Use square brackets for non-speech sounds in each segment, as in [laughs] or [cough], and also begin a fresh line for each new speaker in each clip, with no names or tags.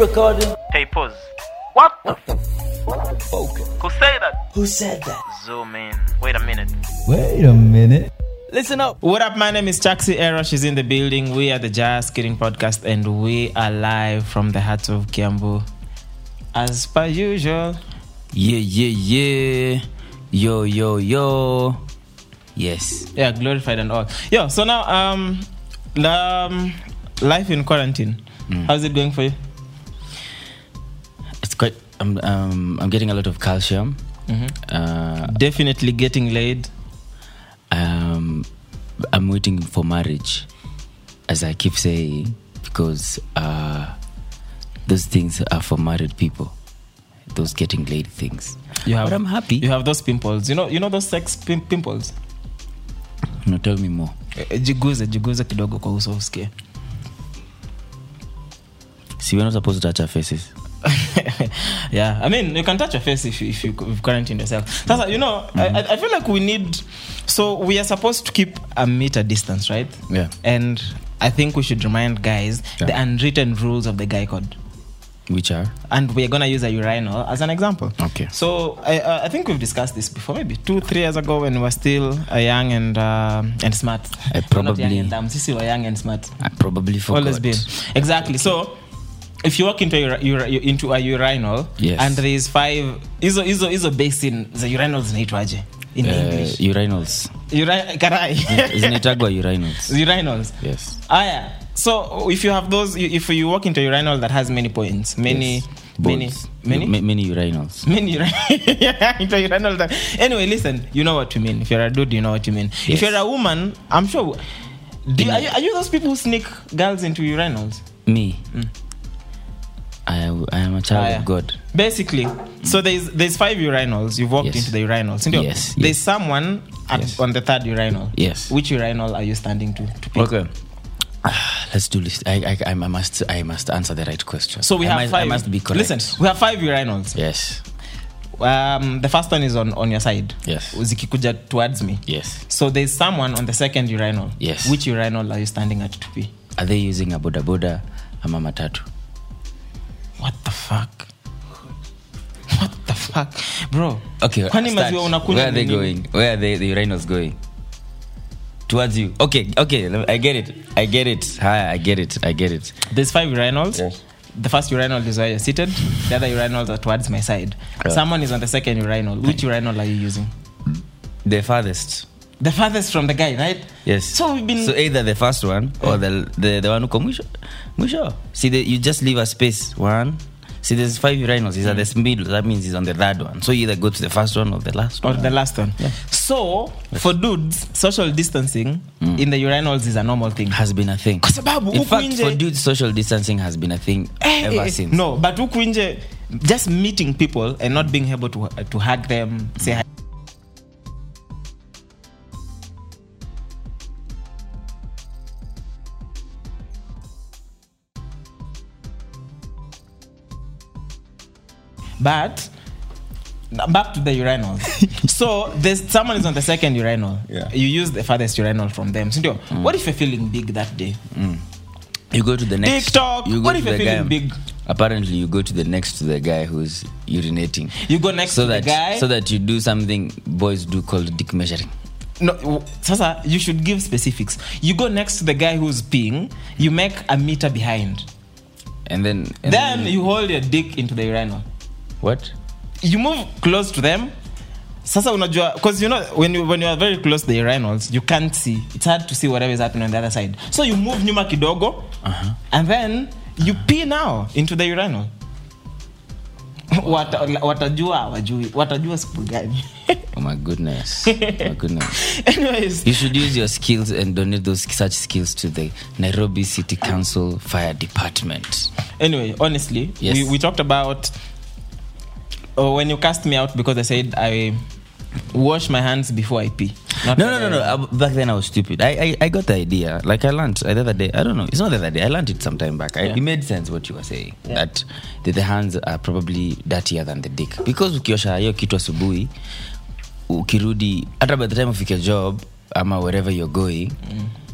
recording?
Hey, pause. What?
Focus.
Who say that?
Who said that?
Zoom in. Wait a minute.
Wait a minute.
Listen up.
What up? My name is Taxi Era. She's in the building. We are the Jazz Kidding Podcast, and we are live from the heart of Kiambu. As per usual,
Yeah, yeah, yeah. Yo, yo, yo. Yes.
yeah, glorified and all. Yeah. So now, um, la- um life in quarantine.
Mm.
How's it going for you?
It's quite. I'm, um, I'm getting a lot of calcium. Uh,
Definitely getting laid.
um, I'm waiting for marriage, as I keep saying, because uh, those things are for married people. Those getting laid things.
You have.
But I'm happy.
You have those pimples. You know. You know those sex pim- pimples.
No, tell me more.
Eh, Jiguze, jiguze kidogo kwa uso usikie.
See, we're not supposed to touch our faces.
[laughs] yeah, I mean, you can touch your face if you, if you quarantine yourself. Sasa, you know, I-
Mm-hmm.
I, I feel like we need. So we are supposed to keep a meter distance, right?
Yeah.
And I think we should remind guys
Yeah.
the unwritten rules of the guy code.
Which are?
And we're gonna use a urinal as an example.
Okay.
So I, uh, I think we've discussed this before, maybe two, three years ago when we were still uh, young and um and smart.
I
We're not
Uh,
young
probably-
and dumb. Sisi were young and smart.
I probably forgot.
Always been exactly. So if you walk into a, ura- ura- into a urinal
Yes.
and there is five hizo hizo hizo basin za urinals zinaitwaje in
Uh,
English?
urinals.
Uri-
[laughs]
karai
zinaitagwa urinals
[laughs] urinals.
yes
Aya. So if you have those, you- if you walk into a urinal that has many points, many,
Yes.
many,
Boards.
many.
Ma- many urinals
Many urin- [laughs] into urinal that. Anyway, listen. You know what you mean. If you're a dude, you know what you mean. If
Yes.
you're a woman, I'm sure. Do you, are, you, are you those people who sneak girls into urinals?
me
Mm.
I, I am a child
Aya.
of god
basically so there's there's five urinals you've walked
Yes.
into the urinals sindio?
Yes,
there's
yes.
someone at,
Yes.
on the third urinal
Yes.
which urinal are you standing to, to pick?
okay Ah, let's do this I, I, I must i must answer the right question
so we
I
have
must,
five
i must be correct
listen we have five urinals
yes
um, the first one is on, on your side
Yes.
zikikuja towards me
yes
so there's someone on the second urinal
Yes.
which urinal are you standing at to pee?
are they using a boda boda ama matatu
what the fuck what the fuck bro
okay
kwani
start.
maziwa unakunywa
where are they
nini?
going where are they, the urinals going towards you okay okay let me- i get it i get it hi i get it i get it
There's five urinals.
Yes.
The first urinal is where you're seated. The other urinals are towards my side.
Yeah.
Someone is on the second urinal. Which urinal are you using?
the farthest
The farthest from the guy, right?
Yes.
So we've been.
So eh, either the first one or the the, the one uko mwisho. Mwisho. See, the, you just leave a space. One. See, there's five urinals. He's at the
Mm.
middle. That means he's on the third one. So you either go to the first one or the last
or
one.
the last one. So for dudes, social distancing
Mm.
in the urinals is a normal thing.
has been a thing.
Kwa sababu
In
huku
fact,
nje-
for dudes, social distancing has been a thing
Eh,
ever
eh, eh.
since.
No, but huku nje, just meeting people and not being able to to hug them, say hi. But back to the
[laughs]
urinals. so there's someone is on the second urinal.
Yeah. Mm.
You use the farthest urinal from them. So, what if you're feeling big that day?
You go to the next.
TikTok.
You go
What
to
if you're
the
feeling
guy-
big?
Apparently, you go to the next to the guy who's urinating.
You go next
so
to
that
the guy.
so that you do something boys do called dick measuring.
No, w- Sasa, you should give specifics. You go next to the guy who's peeing, you make a meter behind.
And then and
Then you hold your dick into the urinal.
what?
You move close to them. Sasa unajua because you know when you when you are very close to the urinals, you can't see. It's hard to see whatever is happening on the other side. So you move nyuma kidogo and then you pee now into the urinal. [laughs] Wata- watajua wajui watajua siku gani [laughs]
Oh my goodness. my goodness. [laughs]
anyways
You should use your skills and donate those such skills to the Nairobi City Council Fire Department.
anyway honestly
Yes.
we, we talked about oh, when you cast me out because i said i wash my hands before i pee Not
No,
that
no, no, no.
I-
I- back then I was stupid. I, I, I got the idea. Like I learned the other day. I don't know. It's not the other day. I learned it sometime back. I,
Yeah.
It made sense what you were saying.
Yeah.
That the, the hands are probably dirtier than the dick. Because ukiosha hiyo kitu asubuhi,
Mm.
ukirudi, hata by the time of your job, ama wherever you're going,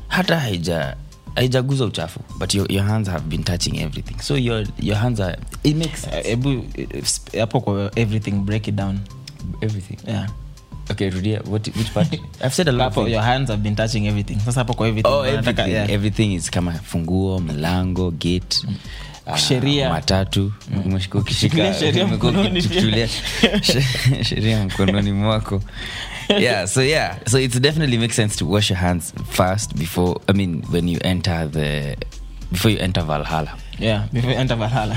hata haija haijaguza uchafu but your, your hands have been touching everything so your, your hands are it makes sense.
Eh, hebu eh, sp- hapo kwa everything break it down
everything
yeah
okay rudia what, which part
[laughs]
i've said a lot of
hapo
things.
your hands have been touching everything sasa hapo kwa everything
Oh,
wanataka-
everything,
yeah. Mm.
everything is kama funguo mlango gate ah,
Sheria.
matatu umeshika ukishika
Ukishikilia sheria
umekuwa
mkononi pia. [laughs]
ukichukulia she- sheria mkononi mwako yeah so yeah so it definitely makes sense to wash your hands first before i mean when you enter the before you enter valhalla
yeah before you enter valhalla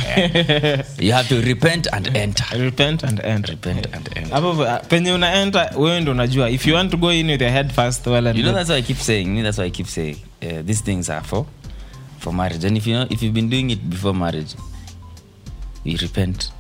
[laughs]
you have to repent and enter
repent and enter
repent and enter
hapo uh, penye unaenta wewe ndo unajua if you want to go in with your head first well and
You know,
good.
that's why I keep saying. Me, that's why I keep saying uh, these things are for for marriage. And if you know, if you've been doing it before marriage, you repent.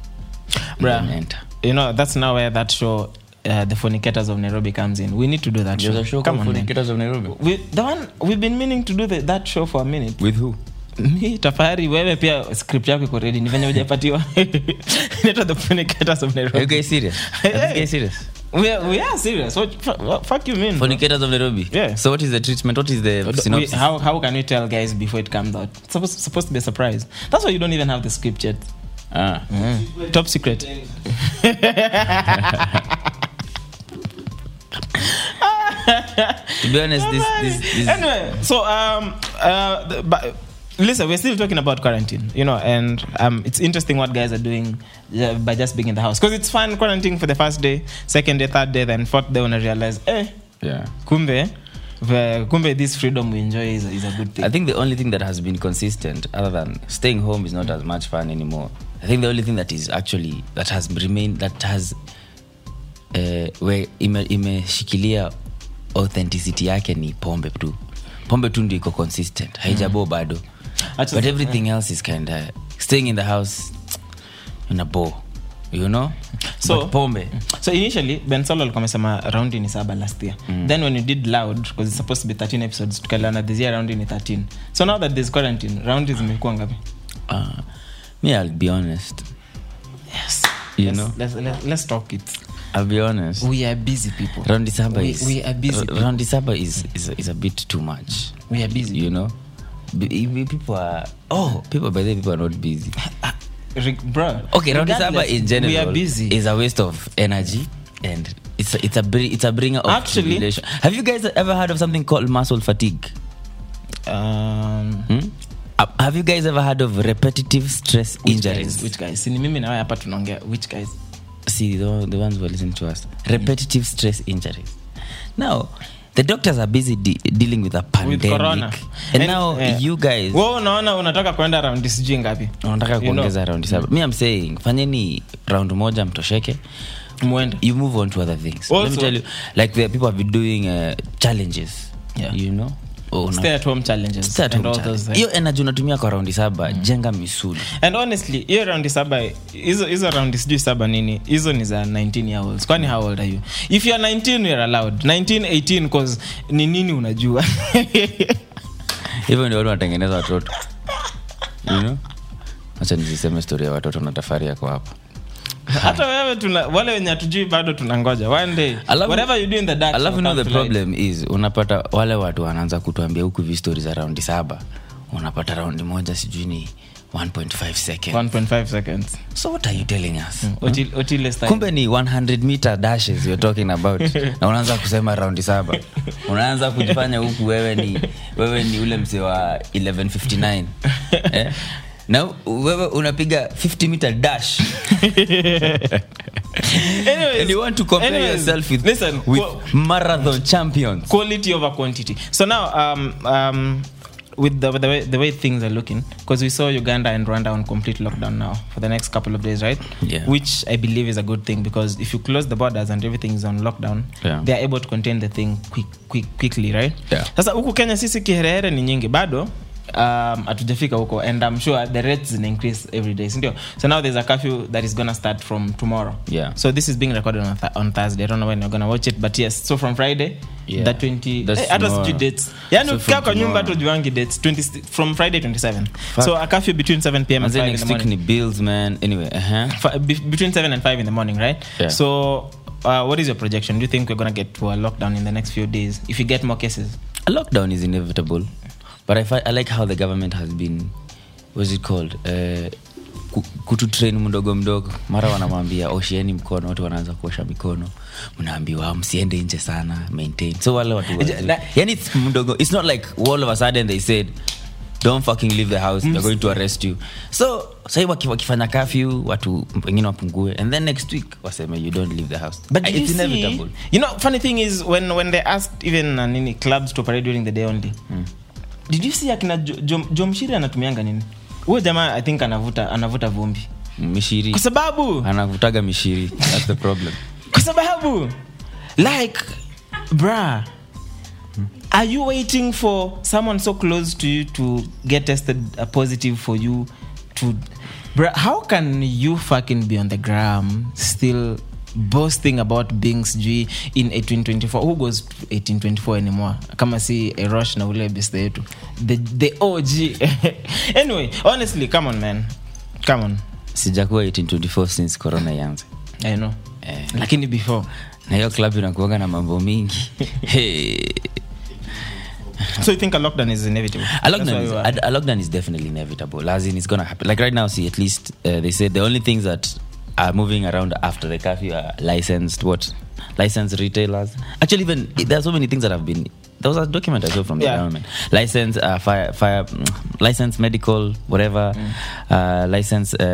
and
Bruh.
then Enter.
you know that's now where that show uh, the fornicators of nairobi comes in we need to do that show. Come on, man. We, the one we've been meaning to do the, that show for a minute
With who?
mi tafari wewe pia script yako iko ready ni venye hujapatiwa [laughs] inaitwa the fornicators of
Are you
nairobi
guys serious?
[laughs]
Are you guys serious?
we are, we are serious what, fu- what fuck you mean
Fornicators of Nairobi.
Yeah.
So what is the treatment? What is the
we,
synopsis?
how, how can we tell guys before it comes out it's supposed, supposed to be a surprise that's why you don't even have the script yet
Ah.
top secret
To be honest, this this, this
anyway, so um, uh, the, but listen, we're still talking about quarantine, you know, and um, it's interesting what guys are doing uh, by just being in the house because it's fun quarantining for the first day, second day, third day, then fourth day when I realize, eh,
yeah.
kumbe, the, kumbe, this freedom we enjoy is, is a good
I
thing.
think the only thing that has been consistent, other than staying home, is not as much fun anymore. I think the only thing that is actually that has remained that has uh, where ime- imeshikilia authenticity yake ni pombe tu. Pombe tu ndio iko consistent, haijabo bado.
Mm. Acha- eh.
But everything else is kind of staying in the house in a bow, you know.
So- mm.
But pombe.
So initially Ben Solo alikuwa amesema raundi ni saba last year.
Mm.
Then when you did loud because it's supposed to be 13 episodes tukaliona this year raundi ni 13. So now that there's quarantine, raundi zimekuwa ngapi?
Uh, me, I'll be honest.
Yes.
You
let's,
know?
Let's, let's, let's talk it.
I'll be honest.
we are busy people
Round December
we,
is
we are busy
Ra-
people.
round December is, is is a bit too much.
we are busy
You know, B- we- people are oh people by the way, people are not
[laughs]
busy.
Re- bro
Okay, round December
regardless,
in general
we are busy
is a waste of energy and it's a, it's a bri- it's a bringer of
Actually-
tribulation. Have you guys ever heard of something called muscle fatigue?
um
Hmm? Uh, Have you guys ever heard of repetitive stress
which
injuries?
guys, which guys si ni mimi nawe hapa tunaongea which guys
see the, one- the ones who are listening to us repetitive stress injuries now the doctors are busy de- dealing with a pandemic
corona.
and,
And-
now
yeah.
you guys
wewe unaona unataka kwenda raundi sijui ngapi
unataka
You know, Mm.
kuongeza round saba mi am saying fanyeni round moja mtosheke
muende
you move on to other things Let me
Also-
tell you like the people have been doing uh, challenges
Yeah.
you know Oh, una-
stay at home challenges
stay at
and
home
all those
challenge.
things. Mm.
hiyo energy unatumia kwa raundi saba jenga misuli
and honestly hiyo raundi saba hizo hizo raundi sijui saba nini hizo ni za 19 year olds kwani how old are you if you are 19 you are allowed 19 18 cause ni nini
[laughs]
unajua
hivyo ndio watu wanatengeneza watoto you know? acha niziseme story ya watoto na tafari yako hapa
hata wewe tuna wale wenye hatujui bado tunangoja one day
Alafu-
whatever you do in the dark
alafu you
shall
know
come
the
to light.
problem is unapata wale watu wanaanza kutuambia huku hivi stori za raundi saba unapata raundi moja sijui ni 1.5 second
1.5 seconds
so what are you telling us
Oti- otile style
kumbe ni 100 meter dashes you're talking
[laughs]
about na unaanza kusema raundi saba unaanza kujifanya huku wewe ni wewe ni ule mzee wa 1159 eh? na wewe unapiga 50 meter dash
[laughs] Anyways,
and you want to compare
anyways,
yourself with,
listen,
with
qu-
marathon champions
quality over quantity so now um, um, with the, with the, way, the way things are looking because we saw uganda and rwanda on complete lockdown now for the next couple of days right
Yeah.
which i believe is a good thing because if you close the borders and everything is on lockdown
Yeah.
they are able to contain the thing quick, quick, quickly right
Yeah.
sasa huku kenya sisi kiherehere ni nyingi bado um, hatujafika huko and i'm sure the rates zina increase every day sindio so now there's a curfew that is gonna start from tomorrow
Yeah.
so this is being recorded on, th- on thursday i don't know when you're gonna watch it but yes so from friday
Yeah.
that 20
That's
eh, hata
tomorrow.
sijui dates yani
So
ukikaa
from
kwa nyumba
tomorrow.
hata ujuangi dates 20, from friday 27 so a curfew between 7 pm and
Manze
5 in
next
the
week
morning
ni bills man anyway uh-huh.
Fi- be- between 7 and 5 in the morning right
Yeah.
so uh, what is your projection do you think we're gonna get to a lockdown in the next few days if you get more cases
a lockdown is inevitable but I, fi- I like how the government has been what's it called uh, ku- kutu train mdogo mdogo mara wanamwambia oshieni mkono watu wanaanza kuosha mikono mnaambiwa "Ah, msiende nje sana maintain so wale watu
Ja- na-
yani it's mdogo it's not like all of a sudden they said don't fucking leave the house
Mm.
they're going to arrest you so sahi waki- wakifanya kafyu watu wengine wapungue and then next week waseme you don't leave the house
But did
it's
you
inevitable
See, you know, funny thing is when when they asked even uh, nini clubs to operate during the day only.
Hmm.
Did you see akina Jo- Jo- Jomshiri anatumianga nini? Huyo jamaa I think anavuta anavuta vumbi.
mishiri
Kwa sababu
anavutaga mishiri that's the
[laughs]
problem
kwa sababu like bruh are you waiting for someone so close to you to get tested uh, positive for you to bruh how can you fucking be on the gram still boasting about being sijui in 1824 who goes to 1824 anymore kama si erosh na ule bista yetu the, the og [laughs] anyway honestly come on man come on
sijakuwa 1824 since corona ianze
i know
Eh.
lakini before
na hiyo club inakuaga na mambo
[laughs]
mingi hey.
So you think a lockdown is inevitable?
a, lockdown
That's
is,
why we are-
a, a lockdown is definitely inevitable as in it's gonna happen like right now see at least uh, they said the only things that are moving around after the curfew are licensed what licensed retailers actually even there are so many things that have been there was a document I saw from the
Yeah.
government license uh, fire fire license medical whatever
Mm.
uh, license uh,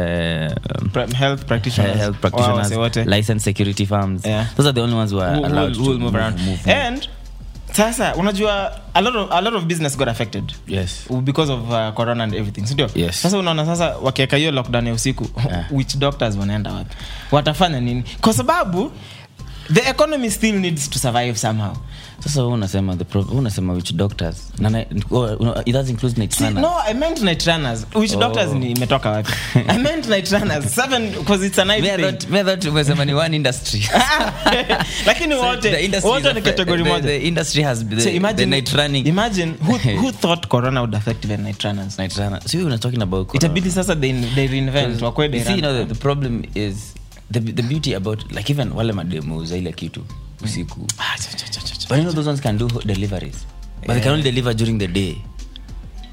um,
Pra- health practitioners,
health
Wao
practitioners
wase wote.
licensed security firms
Yeah.
those are the only ones who are
eh? Who- who-
allowed
who will
to
move around.
move, move.
And sasa unajua a lot of a lot of business got affected
yes
because of uh, corona and everything sindio
Yes.
sasa unaona sasa wakiweka hiyo lockdown ya usiku [laughs]
Yeah.
which doctors wanaenda wapi watafanya nini kwa sababu the economy still needs to survive somehow
sasa wewe unasema the pro- wewe unasema which doctors na na- oh, no, it does include night
See,
sana
no i meant night runners which
Oh.
doctors ni imetoka
[laughs]
wapi i meant night runners seven because it's a night
Me, I
thing.
thought- me, I thought umesema ni one industry
[laughs] lakini
So the
wote
industry is
wote ni
affe-
kategori
the-
moja
the industry has the,
so imagine,
the night running
imagine who,
[laughs]
who thought corona would affect even night runners
night runner so you were talking about corona.
itabidi sasa they, they reinvent wakwe they
You see, you
run.
know, the, the problem is the, the beauty about like even wale mademu za ile kitu usiku
Ah, cha, cha, cha, cha, cha.
but you know those ones can do deliveries but they can only deliver during the day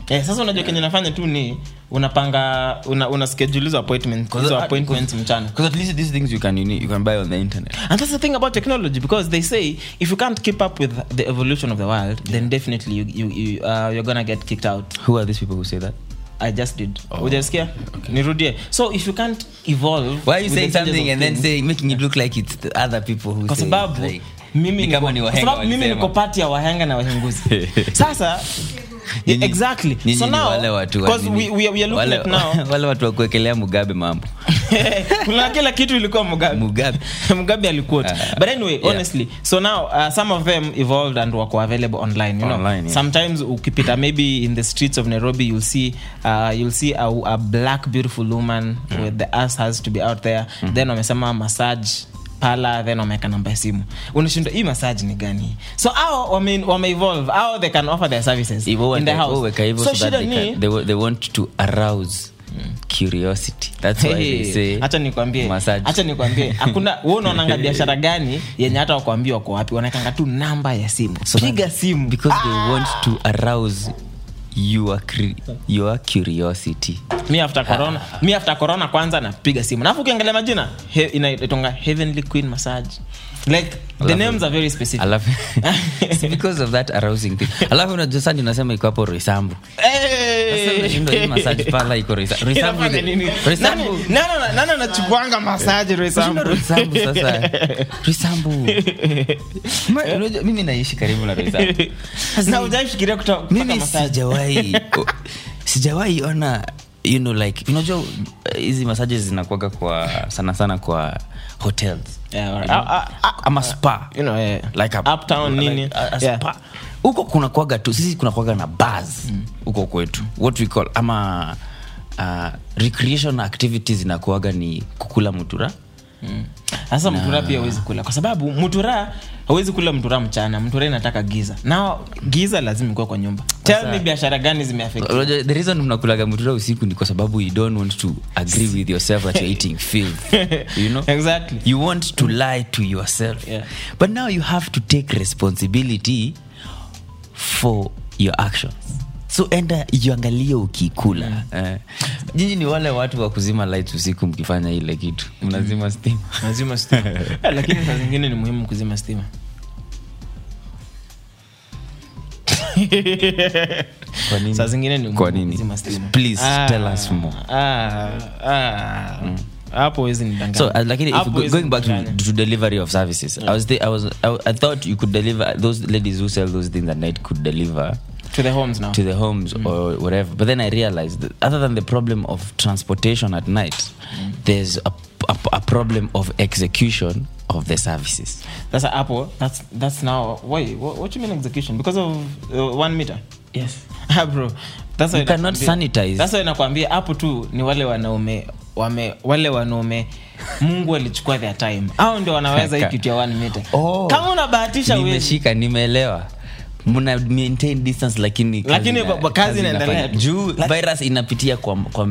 Eh, sasa unajua kenye nafanya tu ni unapanga una, una schedule hizo appointments hizo appointments mchana
because at least these things you can you, need- you can buy on the internet
and that's the thing about technology because they say if you can't keep up with the evolution of the world then definitely you, you, you, uh, you're gonna get kicked out
who are these people who say that
i just did
Oh,
ujasikia nirudie so if you can't evolve
why are you
with
saying
the changes
something
of
and then
things-
saying making it look like it's the other people who
kwa
say
sababu
like,
mimi
ni kama
niko-
ni
kwa
wahenga
sababu mimi
walisema.
niko pati ya wahenga
[laughs]
na wahenguzi sasa
Nyinyi-
exactly
nyinyi
so
ni
now
wale watu wa
'cause
nini?
we, we, are- we are looking
Wale- [laughs]
at now
wale watu wa kuwekelea mugabe
[laughs]
mambo
kuna kila kitu ilikuwa mugabe
mugabe
[laughs] mugabe alikuwa
Ah.
but anyway
Yeah.
honestly so now uh, some of them evolved and wako available online you know
Online, yeah.
sometimes ukipita maybe in the streets of nairobi you'll see uh, you'll see a, a black beautiful woman
Mm.
with the ass has to be out there then wamesema massage pala then wameweka namba ya simu unashindwa hii massage ni gani so ao wame, wame evolve ao they can offer their services
Hivyo
in the
wata-
house
waweka hivyo
so
so that
shida
they
ni
can- they wa- they want to arouse curiosity that's why they say
hacha nikwambie
massage.
hacha nikwambie hakuna
[laughs]
we unaonanga biashara gani yenye hata wakwambia wako wapi wanaekanga tu namba ya simu
So that-
piga simu Ah!
because they want to arouse your cre- your curiosity
mi after corona mi after corona kwanza napiga simu nafu ukiangalia majina he, inaitonga heavenly queen massage like the
Alafu-
names are very specific [laughs]
alafu [laughs] It's because of that arousing thing alafu unajua sasa ndio unasema iko hapo risambu
Eh.
Sasa unashindwa hii massage pala iko
[laughs]
Risa- Risambu ile- Risambu-
nanachukuanga masaji
Unashindwa Risambu sasa risambu Ma- unajua mimi naishi karibu na
[laughs]
risambu
[laughs] na ujaifikiria kuta- kupata
mimi
masaji [laughs]
sijawahi o- sijawahi ona you know like unajua uh, hizi masajes zinakuaga kwa sana sana kwa hotels
Yeah, alright.
You know?
Ah, ah,
ama spa
you know, eh,
like a,
uptown
like
nini.
a, a
Yeah.
spa huko kuna kuaga tu sisi kuna kuaga na bars
Mm.
huko kwetu what we call ama uh, recreation activities inakuaga ni kukula mutura
Hmm. sasa mtura pia hawezi kula kwa sababu mtura hawezi kula mtura mchana mtura inataka giza na giza lazima ikuwa kwa nyumba tell me biashara gani zimeaffect
Unajua, the reason mnakulaga mutura usiku ni kwa sababu you don't want to agree with yourself that
[laughs]
you're eating filth you know
exactly [laughs]
you want to lie to yourself
Yeah.
but now you have to take responsibility for your actions so enda iangalie ukikula eh. nyinyi ni wale watu wa kuzima lights usiku mkifanya ile kitu mnazima
[laughs]
stima
nazima stima Eh, lakini saa zingine ni muhimu kuzima stima
Kwa nini?
saa zingine ni
Kwa
muhimu
nini?
kuzima stima.
Please
Ah,
tell us more. Hmm.
ah, ah. hapo huwezi
[laughs]
nidanganya.
so uh, lakini if
Hapo
go,
huwezi
going back to,
nidanganya.
to delivery of services I was, thi- I was I, I thought you could deliver those ladies who sell those things at night could deliver
to the homes now
to the homes
Mm.
or whatever. But then I realized that other than the problem of transportation at night,
Mm.
there's a, a, a problem of execution of the services.
that's a apple that's that's now why what, what you mean execution because of uh, one meter
Yes.
[laughs] Ah, bro that's why
You cannot
nakwambia-
sanitize.
that's why nakwambia hapo tu ni wale wanaume wame wale wanaume mungu alichukua their time au ndio wanaweza hii kitu ya one meter
Oh.
kama unabahatisha uwezi
nimeshika nimeelewa mna maintain distance lakini
Lakini
ina-
ba- ba- kazi inaendelea
inafanya.
tu.
juu
Laki-
virus inapitia kwa kwa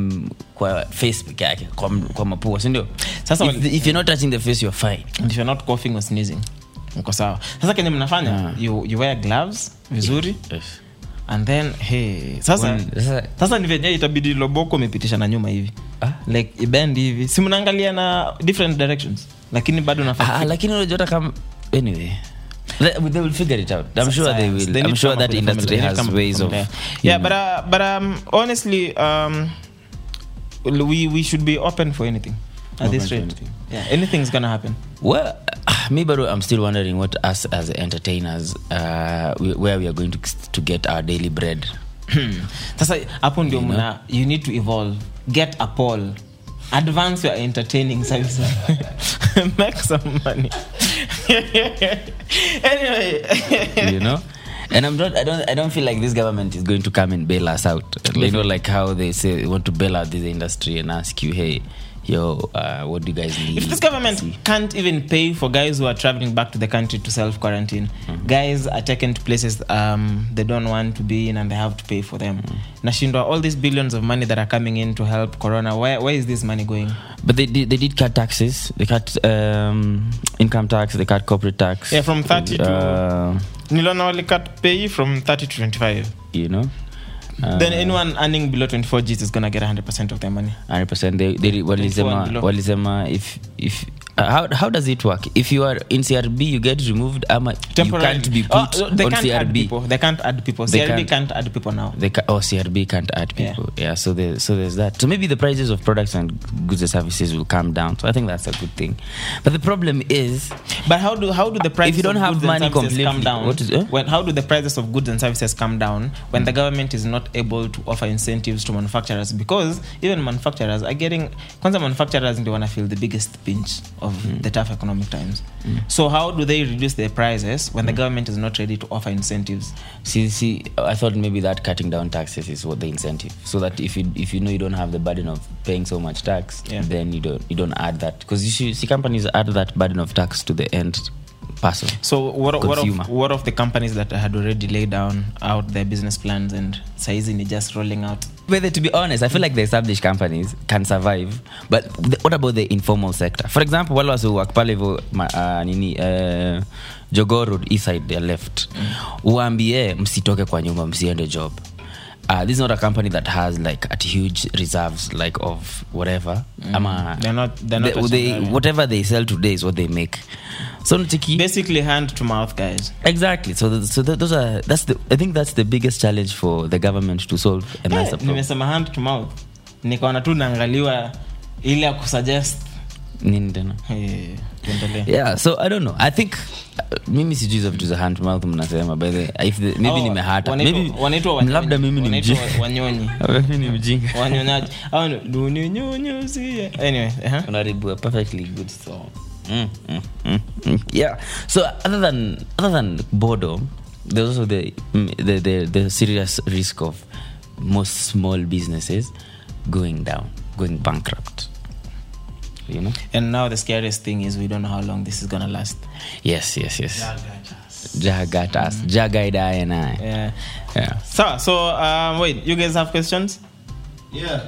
kwa face peke yake kwa kwa mapua si ndio
Sasa
if,
wali-
if you're not touching the face you're fine
if you're not coughing or sneezing uko sawa sasa kenye mnafanya
Ah.
you, you wear gloves vizuri and then hey, sasa,
When- sasa-
sasa ni venye itabidi loboko umepitisha na nyuma hivi
Ah?
like ibend hivi si mnaangalia na different directions lakini bado nafaa
Ah, lakini unajua hata kama anyway eh, They, they will figure it out. I'm sure they
science.
will.
They need
I'm
to
sure
come
that
up with a
industry
formula. They need to
has
come up with
ways
a
of.
formula.
you
yeah,
know.
but uh, but um, honestly, um, we we should be open for anything at
Open
this
to
rate.
anything.
Yeah, anything's gonna happen.
Well,
uh,
ah, me, but I'm still wondering what us as entertainers, uh, we- where we are going to to get our daily bread.
Hmm. Sasa hapo ndio mna you need to evolve, get a poll, advance your entertaining services, [laughs] make some money. [laughs] anyway.
you
[laughs]
know. And I'm not. I don't. I don't feel like this government is going to come and bail us out. You know, like how they say they want to bail out this industry and ask you, hey, yo, uh, what do you guys need?
If this government can't even pay for guys who are traveling back to the country to self quarantine, guys are taken to places um, they don't want to be in and they have to pay for them. Nashindwa, all these billions of money that are coming in to help Corona, where, where is this money going?
But they did, they did cut taxes. They cut um, income tax. They cut corporate tax.
Yeah, from 30 to-
Uh,
Nilona only cut pay from 30 to 25.
you know. uh,
then anyone earning below 24 Gs is going to get 100% of their money.
100% they, they
Twenty-four and
walisema
below.
walisema if if uh, how, how does it work if you are in crb you get removed ama you
Temporarily.
can't be put
Oh, they
on
can't add
crb
people. They can't add people.
They
CRB
can't.
can't. add people now.
they ca- oh crb can't add
Yeah.
people yeah, so there, so there's that so maybe the prices of products and goods and services will come down so i think that's a good thing but the problem is
But how do how do the prices
you don't
of
have
goods and
money
services come
completely,
down?
what is- eh? Mm.
When how do the prices of goods and services come down when the government is not able to offer incentives to manufacturers? Because even manufacturers are getting kwanza manufacturers they want to feel the biggest pinch of
Mm.
the tough economic times. So how do they reduce their prices
Mm.
when the government is not ready to offer incentives?
see see i thought maybe that cutting down taxes is what the incentive so that if you if you know you don't have the burden of paying so much tax
Yeah.
then you don't you don't add that because you should, see companies add that burden of tax to the end person
So what what
Consumer.
of, what of the companies that had already laid down out their business plans and saizi ni just rolling out
Whether to be honest, I feel like the established companies can survive, but the, what about the informal sector? For example, wale wasiowak pale hivyo ma- ah, nini uh, Jogoo Road east side they're left. Uambie msitoke kwa nyumba msiende job. Uh, this is not a company that has like at huge reserves like of whatever. Ama
Mm. They're not- they're not
they,
a
they-
Shangari.
whatever they sell today is what they make. So Nchiki,
basically hand to mouth guys
exactly. So th- so th- those are that's the I think that's the biggest challenge for the government to solve and that's
Eh,
the problem.
nimesema hand to mouth nikaona tu naangaliwa ile ya kusuggest
Nini tena?
Eh, tuendelee.
yeah so i don't know i think uh, mimi sijui za vitu za hand to mouth mnasema by the if the, maybe
Hao
nimehata
Oh, wanaitwa-
Maybe-
wanaitwa wanyonyi.
labda mimi ni
Wanaitwa
mjinga.
wanyonyi
[laughs] Mimi ni mjinga
wanyonyaji Hao ni- duninyunyuzie. anyway eh,
unaribu a perfectly good song mm, mm, mm, mm. yeah so other than other than boredom there's also the mm, the, the the serious risk of most small businesses going down going bankrupt you know
and now the scariest thing is we don't know how long this is gonna last
yes yes yes jagatas jagaidae naye
yeah.
yeah
So, so um, wait, you guys have questions? Yeah.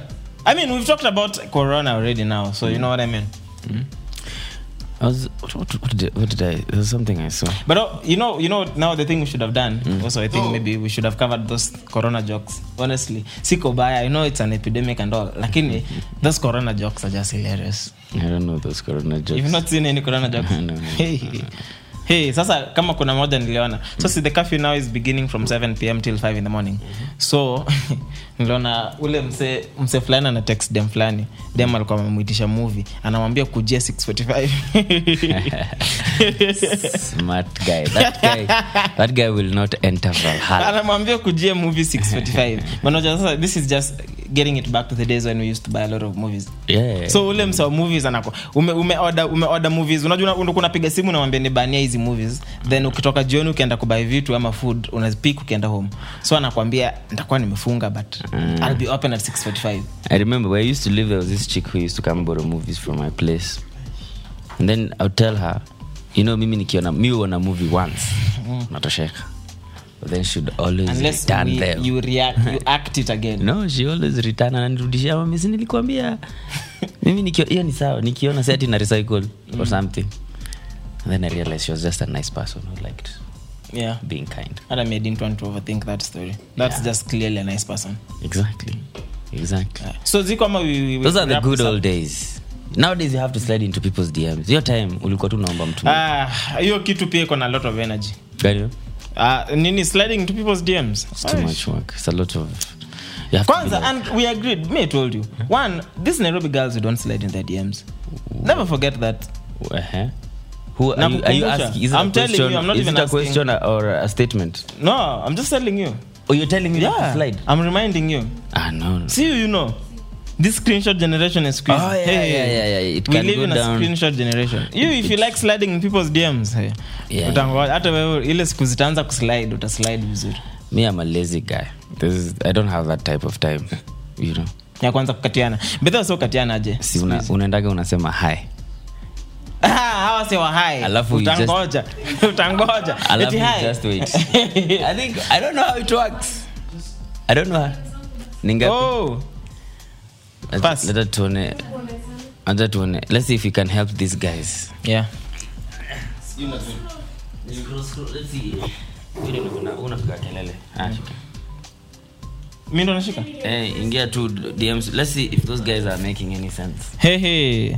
I mean, we've talked about Corona already now, so you know what I mean.
I was what, what, what, did, what did I? There was something I saw.
But uh, you know, you know now the thing we should have done. Also, I think maybe we should have covered those corona jokes. Honestly, siko baya. I know it's an epidemic and all. Lakini those corona jokes are just hilarious.
I don't know those corona jokes.
You've not seen any corona
[laughs]
jokes.
No, no, no,
hey. Hey, sasa kama kuna moja niliona so see the curfew now is beginning from 7 pm till 5 in the morning
Mm-hmm.
so [laughs] niliona ule mse mse fulani ana text dem fulani dem alikuwa amemwitisha movie anamwambia kujia
[laughs]
645
Smart guy. That guy. that guy will not enter Valhalla.
[laughs] anamwambia kujia movie
[laughs]
645 manaja sasa this is just getting it back to the days when we used to buy a lot of movies
Yeah.
so ule msa wa movies anako umeoda ume order- ume order movies unajua una- kunapiga simu nawambia ni bania hizi movies then ukitoka jioni ukienda kubai vitu ama food unazipik ukienda home so anakwambia nitakuwa nimefunga but
Mm.
I'll be open at 645
I remember where I used to live, there was this chick who used to come borrow movies from my place. And then I would tell her, you know, mimi nikiona mi huona movie once, natosheka. But then she'd always
Mm. unless
return
we,
them.
you, react,
[laughs]
you act it again
no she always return ananirudishia mami si
[laughs]
nilikwambia mimi nikio- hiyo ni sawa nikiona sati na recycle
Mm.
or something and then i realized she was just a nice person who liked
yeah
being kind
and I didn't want to overthink that story that's
Yeah.
just clearly a nice person
exactly exactly
so ziko ama we, Uh, we, we
those are the
wrap
good
this up.
old days nowadays you have to slide into people's dms hiyo time ulikuwa tu unaomba mtu
Ah, hiyo kitu pia iko na lot of energy
Gani?
Ah, nini sliding to people's dms
It's too
Aish.
much work it's a lot of you have to be
kwanza
like-
and we agreed me I told you one these nairobi girls who don't slide in their dms never forget that
Uh-huh. Who are you, are you
Nakukumbusha.
asking? Is it a
I'm telling you,
question?
I'm not
is
even
it a
asking.
question or a statement?
no i'm just telling you
Or you're telling me not to
yeah
slide?
i'm reminding you
Ah, no. no.
see you you know this screenshot generation is crazy.
Oh, yeah, yeah, yeah, yeah. It
we
can
live
go
in a
down.
screenshot generation. You, if you like sliding in people's DMs, hey,
Yeah.
utangoja- hata wewe ile siku zitaanza kuslide, utaslide vizuri.
me i'm a lazy guy this is, i don't have that type of time you know
Ya kwanza kukatiana. Bedha sio kukatiana aje.
si una, unaendaga unasema hi
Ah, [laughs] hawa si wa hai.
Alafu you just-
utangoja. [laughs] utangoja.
Alafu you
Eti hai.
just [laughs] wait.
[laughs]
i think i don't know how it works i don't know how ninga
Oh, pass.
let tuone acha tuone let's see if we can help these guys
yeah. Mi ndo nashika.
Hey, ingia tu DMs. Let's see if those guys are making any sense.
Hey, hey.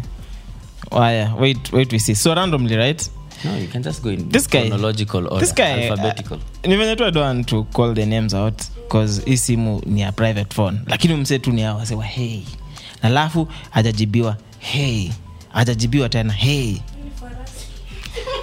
Waya, wait, wait we see. So randomly, right?
No, you can just go in
This guy-
chronological order,
this guy,
alphabetical.
uh, ni venye tu I don't want to call the names out cause hii simu ni ya private phone lakini umsee tu ni awasewa hey Na alafu hajajibiwa hey hajajibiwa tena hey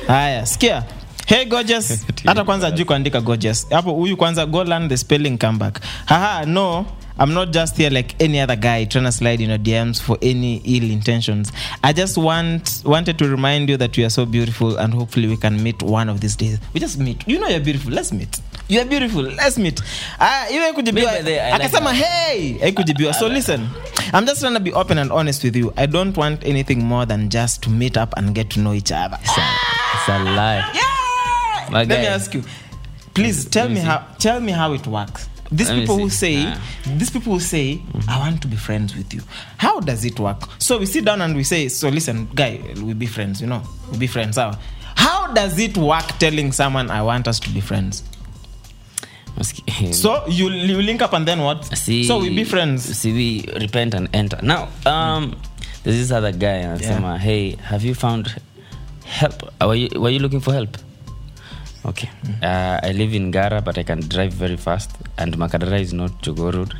haya sikia hey gorgeous hata kwanza ajui kuandika gorgeous hapo huyu kwanza go learn the spelling comeback haha no i'm not just here like any other guy trying to slide in your dms for any ill intentions i just want wanted to remind you that you are so beautiful and hopefully we can meet one of these days we just meet you know you're beautiful let's meet you're beautiful let's meet ah iwe kujibiwa
Me by the way, I like
akasema hey haikujibiwa so listen i'm just trying to be open and honest with you i don't want anything more than just to meet up and get to know each other
It's a lie.
yeah!
My
Let me
guy.
ask you. Please tell me, how tell me how it works. These
Let me
people who
see. Ah. Mm-hmm.
say
Nah.
these people who say I want to be friends with you. How does it work? So we sit down and we say, so listen, guy, we'll be friends, you know. We'll be friends. How? How does it work telling someone I want us to be friends?
Mm. Maski-
So you, you link up and then what?
See,
so we be friends.
See, we repent and enter. Now, um, there's this other guy, and yeah. hey, have you found help? Uh, Were you, were you looking for help? Okay.
Mm.
Uh, I live in Gara, but I can drive very fast, and Makadara is not Jogo Road.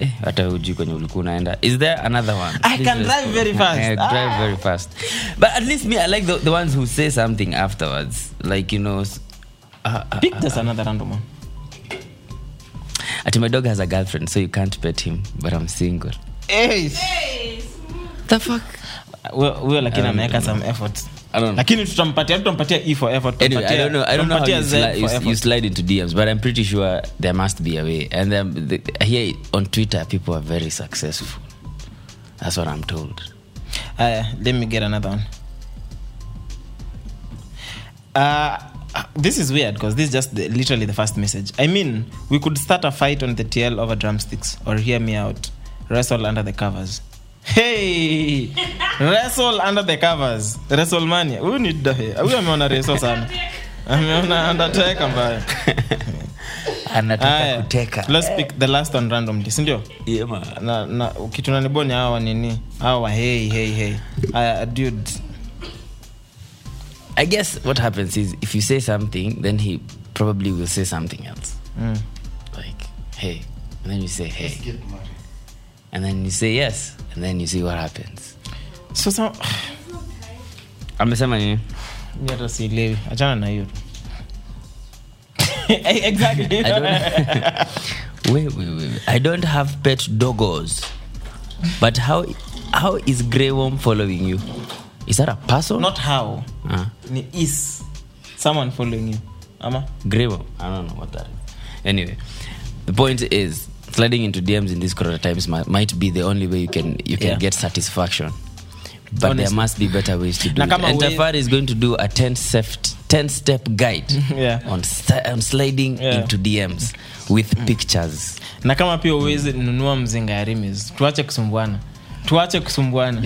Eh, hata uji kwenye ulikuwa unaenda is there another one
I can
let's
drive
go.
very
[laughs]
fast.
I
Ah.
drive very fast but at least me i like the, the ones who say something afterwards like you know s- uh, uh,
Pick just another random one.
Ati my dog has a girlfriend, so you can't pet him, but I'm single.
Hey,
The fuck?
wewe lakini
don't know.
ameweka some effort.
I don't know.
Lakini tutampatia tutampatia E for effort.
Anyway, I
tutampatia-
don't know. I don't know how you,
tutampatia Z
sli-
for
you, you
effort.
slide into DMs, but I'm pretty sure there must be a way. And um, the, here on Twitter, people are very successful. That's what I'm told. [laughs]
Uh, let me get another one. Uh, this is weird because this is just the, literally the first message. I mean, we could start a fight on the TL over drumsticks or hear me out, wrestle under the covers. Hey! wrestle under the covers wrestlemania huyu ni dahe huyu ameona reso sana ameona undertaker mbaya
anataka
Aya.
kuteka
let's pick the last one randomly si ndio
Yema.
na, na kitu naniboni hawa wanini hawa wa hey hey hey aya dude
I guess what happens is if you say something, then he probably will say something else.
Mm.
Like, hey. And then you say, hey. And then you say yes. And then you see what happens.
so [sighs] some
amesema nini
mi hata sielewi achana na hiyo [laughs] tu. exactly
I don't- [laughs] Wait, wait, wait, wait. I don't have pet doggos. But how how is Grey Worm following you? Is that a person?
not how
Ah,
ni is someone following you ama
Grey Worm. I don't know what that is. Anyway, the point is sliding into DMs in these corona times might, might be the only way you can you can
Yeah.
get satisfaction. But there
Honestly.
must be better ways to do
Na
it.
kama
And
we-
Tafari is going to do a 10 step, 10 step guide
[laughs] Yeah.
on, st- on sliding
Yeah. Mm.
into DMs with pictures.
na kama pia uwezi nunua mzinga ya rimis tuache kusumbwana tuache kusumbwana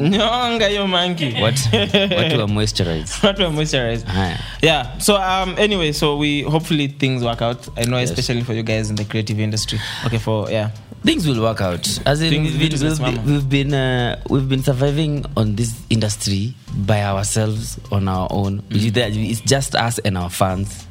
nyonga hiyo manki [laughs]
What, what to moisturize?
watu wa moisturize
Haya.
yeah so um, anyway so we hopefully things work out i know
Yes.
especially for you guys in the creative industry okay for yeah
things will work out as in
Things
we've
need
been,
to
we've
simama.
been, we've been, uh, we've been surviving on this industry by ourselves on our own We- that-
Mm.
it's just us and our fans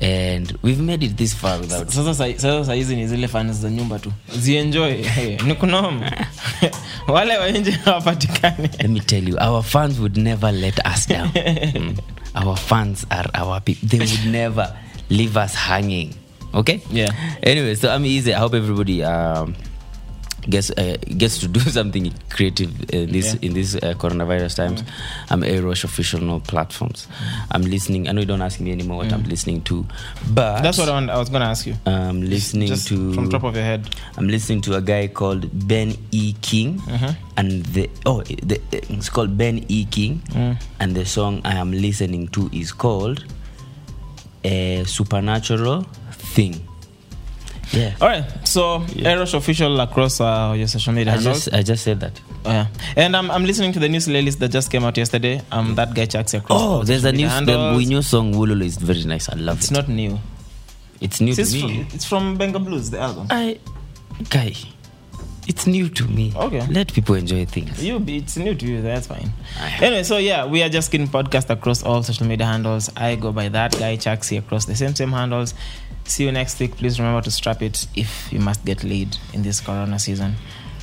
and we've made it this far without
sasa sa- sasa sahizi ni zile fans za nyumba tu zienjoy hey, ni kunoma [laughs] wale wainje hawapatikani
let me tell you our fans would never let us down
[laughs]
Mm. our fans are our people they would never leave us hanging okay
Yeah.
anyway so i'm easy i hope everybody um gets uh, gets to do [laughs] something creative in this
Yeah.
in these uh, coronavirus times i'm a rush official on all platforms
Mm.
i'm listening i know you don't ask me anymore what i'm listening to but
that's what I, want, i was gonna ask you
i'm listening
just
to
from top of your head
I'm listening to a guy called Ben E. King,
Mm-hmm.
and the oh, the, it's called Ben E. King,
Mm.
and the song I am listening to is called a supernatural thing. Yeah,
all right so Eros official across uh, your social media
I
handles.
just I just said that.
Oh, yeah. And I'm, I'm listening to the new playlist that just came out yesterday. Um, that guy checks across.
Oh, there's a new
Media
the,
handles.
we new song Wulolo is very nice. I love
It's
it.
not new.
it's new to
It's from,
me. Ah.
it's from Benga Blues, the album.
I guy, it's new to me.
Okay.
let people enjoy things.
You be it's new to you, that's fine.
Aye.
Anyway, so yeah, we are just getting podcast across all social media handles. I go by that guy Chaxi across the same same handles. See you next week. Please remember to strap it if you must get laid in this corona season.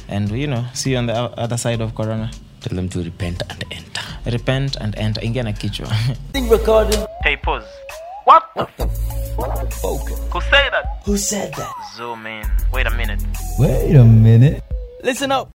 And you know, see you on the o- other side of corona.
Tell them to repent and enter.
Repent and enter. Ingia na kichwa. [laughs]
Thing recording.
Hey, pause. What?
Focus.
Who say that?
Who said that?
Zoom in. Wait a minute.
Listen up.